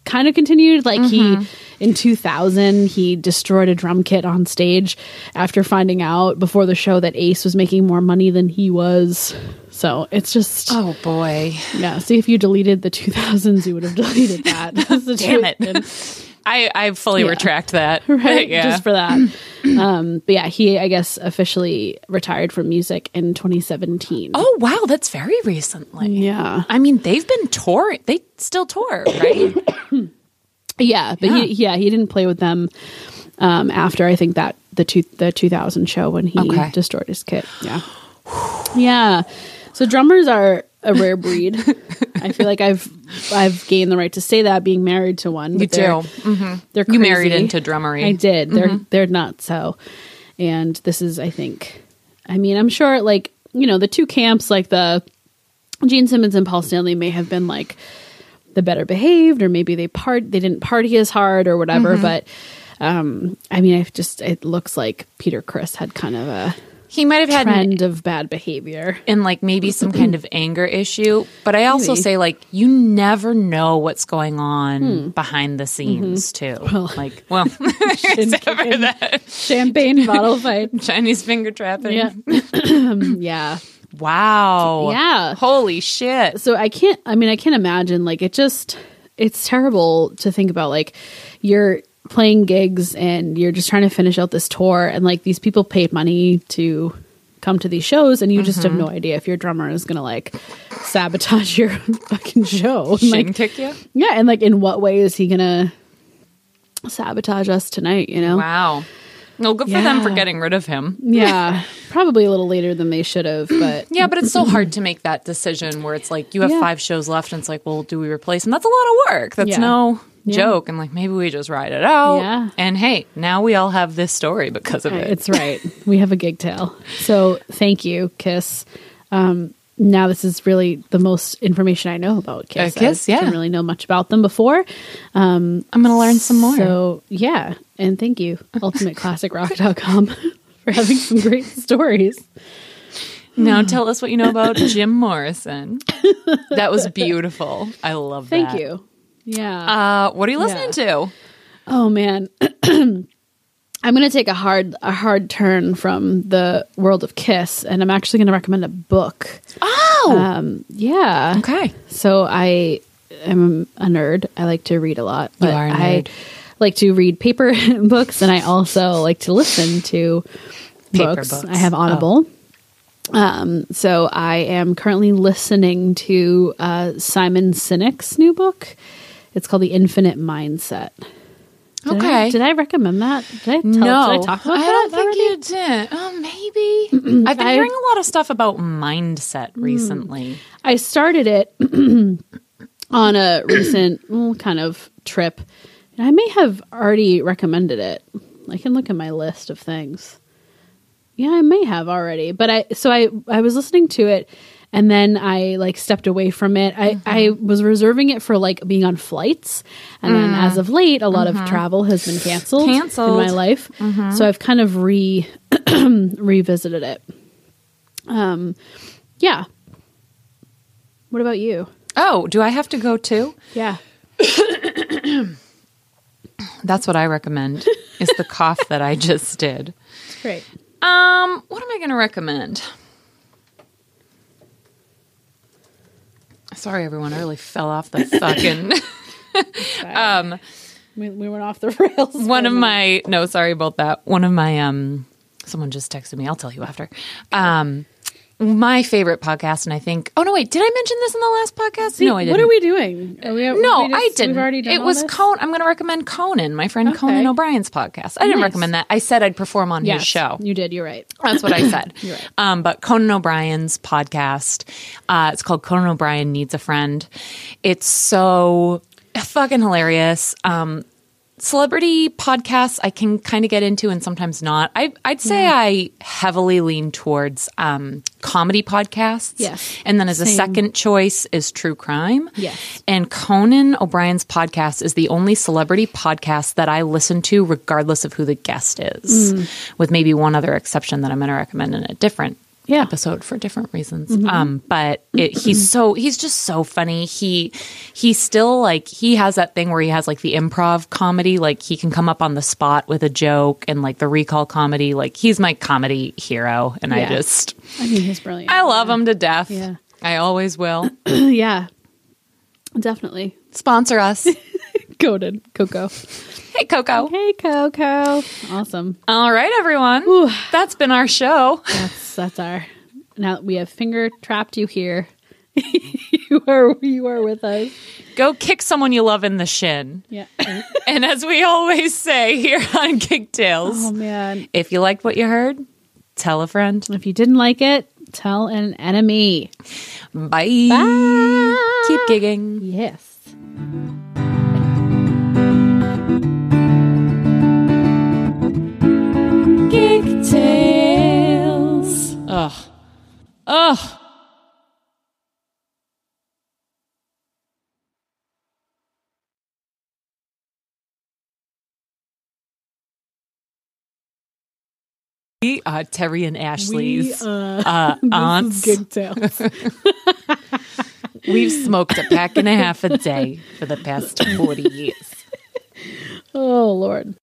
S1: kind of continued. Like he
S2: Mm-hmm.
S1: in 2000, he destroyed a drum kit on stage after finding out before the show that Ace was making more money than he was. So it's just
S2: Oh boy.
S1: yeah. See if you deleted the 2000s, you would have deleted that. That's the
S2: Damn
S1: truth.
S2: it. I, I fully
S1: Yeah.
S2: retract that.
S1: right?
S2: Yeah.
S1: Just for that. um, but yeah, he I guess officially retired from music in 2017.
S2: oh wow, that's very recently.
S1: Yeah,
S2: I mean, they've been touring. They still tour, right?
S1: yeah, but he yeah he didn't play with them um, after I think that the two the 2000 show when he
S2: Okay.
S1: destroyed his kit. Yeah, yeah. So drummers are a rare breed. I feel like I've I've gained the right to say that being married to one.
S2: You
S1: but they're-
S2: do. Mm-hmm.
S1: They're
S2: You married
S1: crazy.
S2: into drummery. Mm-hmm.
S1: I did. They're they're not so. And this is, I think, I mean, I'm sure like you know the two camps, like the Gene Simmons and Paul Stanley, may have been like the better behaved, or maybe they part they didn't party as hard or whatever.
S2: Mm-hmm.
S1: But um, I mean, I just it looks like Peter Chris had kind of a
S2: He might have had an
S1: trend of bad behavior.
S2: and like maybe some kind of anger issue. But I also
S1: Maybe.
S2: say like you never know what's going on
S1: Hmm.
S2: behind
S1: Mm-hmm.
S2: the scenes too. like well,
S1: Champagne- Champagne bottle fight.
S2: Chinese finger trapping.
S1: Yeah. yeah.
S2: Wow.
S1: Yeah.
S2: Holy shit.
S1: so I can't I mean I can't imagine like it just it's terrible to think about like you're playing gigs and you're just trying to finish out this tour and like these people paid money to come to these shows and you just have no idea if your drummer is going to like sabotage your fucking show. And,
S2: Shin
S1: like
S2: kick you.
S1: yeah, and like in what way is he going to sabotage us tonight, you know?
S2: Wow. Well, good for them for
S1: Yeah.
S2: getting rid of him.
S1: Yeah. probably a little later than they should have, but
S2: Yeah, but it's so hard to make that decision where it's like you have
S1: Yeah.
S2: five shows left and it's like, well, do we replace him? That's a lot of work. That's
S1: Yeah.
S2: no
S1: Yeah.
S2: joke. And like maybe we just ride it out.
S1: Yeah.
S2: And hey, now we all have this story because of it.
S1: Uh, It's right. We have a gig tale. So thank you, Kiss. Um, now this is really the most information I know about Kiss.
S2: Uh, Kiss,
S1: I
S2: yeah.
S1: didn't really know much about them before.
S2: I'm gonna learn some more.
S1: So yeah, and thank you, ultimateclassicrock.com, for having some great stories.
S2: now tell us what you know about Jim Morrison. that was beautiful. I love
S1: Thank
S2: that.
S1: you. Yeah.
S2: Uh, what are you listening to?
S1: Oh man. I'm going to take a hard a hard turn from the world of Kiss and I'm actually going to recommend a book.
S2: Oh,
S1: Um, yeah.
S2: okay.
S1: So I am a nerd. I like to read a lot. But
S2: are a
S1: I
S2: nerd.
S1: like to read paper books, and I also like to listen to
S2: Paper
S1: books.
S2: books. Oh.
S1: I have Audible. Um, so I am currently listening to uh, Simon Sinek's new book. It's called The Infinite Mindset. Did I-
S2: Okay.
S1: did I recommend that? Did I, tell,
S2: no,
S1: did I talk about
S2: don't
S1: that?
S2: think
S1: already?
S2: you did. Oh, maybe. I've been
S1: I-
S2: hearing a lot of stuff about mindset recently.
S1: I started it on a recent mm, kind of trip, and I may have already recommended it. I can look at my list of things. Yeah, I may have already, but I so I I was listening to it, and then I like stepped away from it. I I was reserving it for like being on flights, and then as of late, a lot of travel has been canceled,
S2: Canceled.
S1: in my life. So I've kind of re revisited it. Um, yeah. What about you?
S2: Oh, do I have to go too?
S1: Yeah.
S2: That's what I recommend. Is the cough that I just did.
S1: It's great.
S2: Um, what am I going to recommend? Sorry, everyone. I really fell off the fucking.
S1: Um, we, we went off the rails.
S2: one of my no sorry about that one of my um someone just texted me i'll tell you after um my favorite podcast and i think oh no wait did i mention this in the last podcast no i didn't
S1: What are we doing? Are we,
S2: no
S1: we just-
S2: i didn't
S1: We've already done
S2: it
S1: all
S2: was
S1: this?
S2: conan i'm going to recommend conan my friend conan
S1: Okay.
S2: o'brien's podcast i didn't
S1: Nice.
S2: recommend that i said i'd perform on
S1: Yes,
S2: his show Uh,
S1: You did. You're right.
S2: that's what I said.
S1: You're right.
S2: um, but Conan O'Brien's podcast, uh, it's called Conan O'Brien Needs a Friend. It's so fucking hilarious. Um, celebrity podcasts I can kind of get into and sometimes not. I, I'd say I heavily lean towards um, comedy podcasts.
S1: Yes.
S2: And then as a
S1: Same.
S2: second choice is true crime.
S1: Yes.
S2: And Conan O'Brien's podcast is the only celebrity podcast that I listen to regardless of who the guest is, with maybe one other exception that I'm going to recommend in a different
S1: Yeah. Mm-hmm.
S2: episode for different reasons. Um, but it, he's so he's just so funny. He he still like he has that thing where he has like the improv comedy, like he can come up on the spot with a joke, and like the recall comedy. Like he's my comedy hero, and I
S1: Yeah.
S2: just
S1: I mean, he's brilliant.
S2: I love him to death.
S1: Yeah.
S2: I always will.
S1: yeah, definitely.
S2: Sponsor us,
S1: Go to Coco.
S2: hey Coco.
S1: Hey, Coco. Awesome.
S2: All right, everyone. That's been our show.
S1: That's that's our. Now that we have finger trapped you here. you are you are with us.
S2: Go kick someone you love in the shin.
S1: Yeah.
S2: And as we always say here on Kick Tales.
S1: Oh man.
S2: If you liked what you heard, tell a friend.
S1: If you didn't like it, tell an enemy.
S2: Bye.
S1: Bye.
S2: Keep gigging.
S1: Yes.
S2: Gig tales. Ugh. Ugh. We are Terry and Ashley's
S1: We,
S2: uh, aunts.
S1: Good tales.
S2: We've smoked a pack and a half a day for the past 40 years.
S1: oh Lord.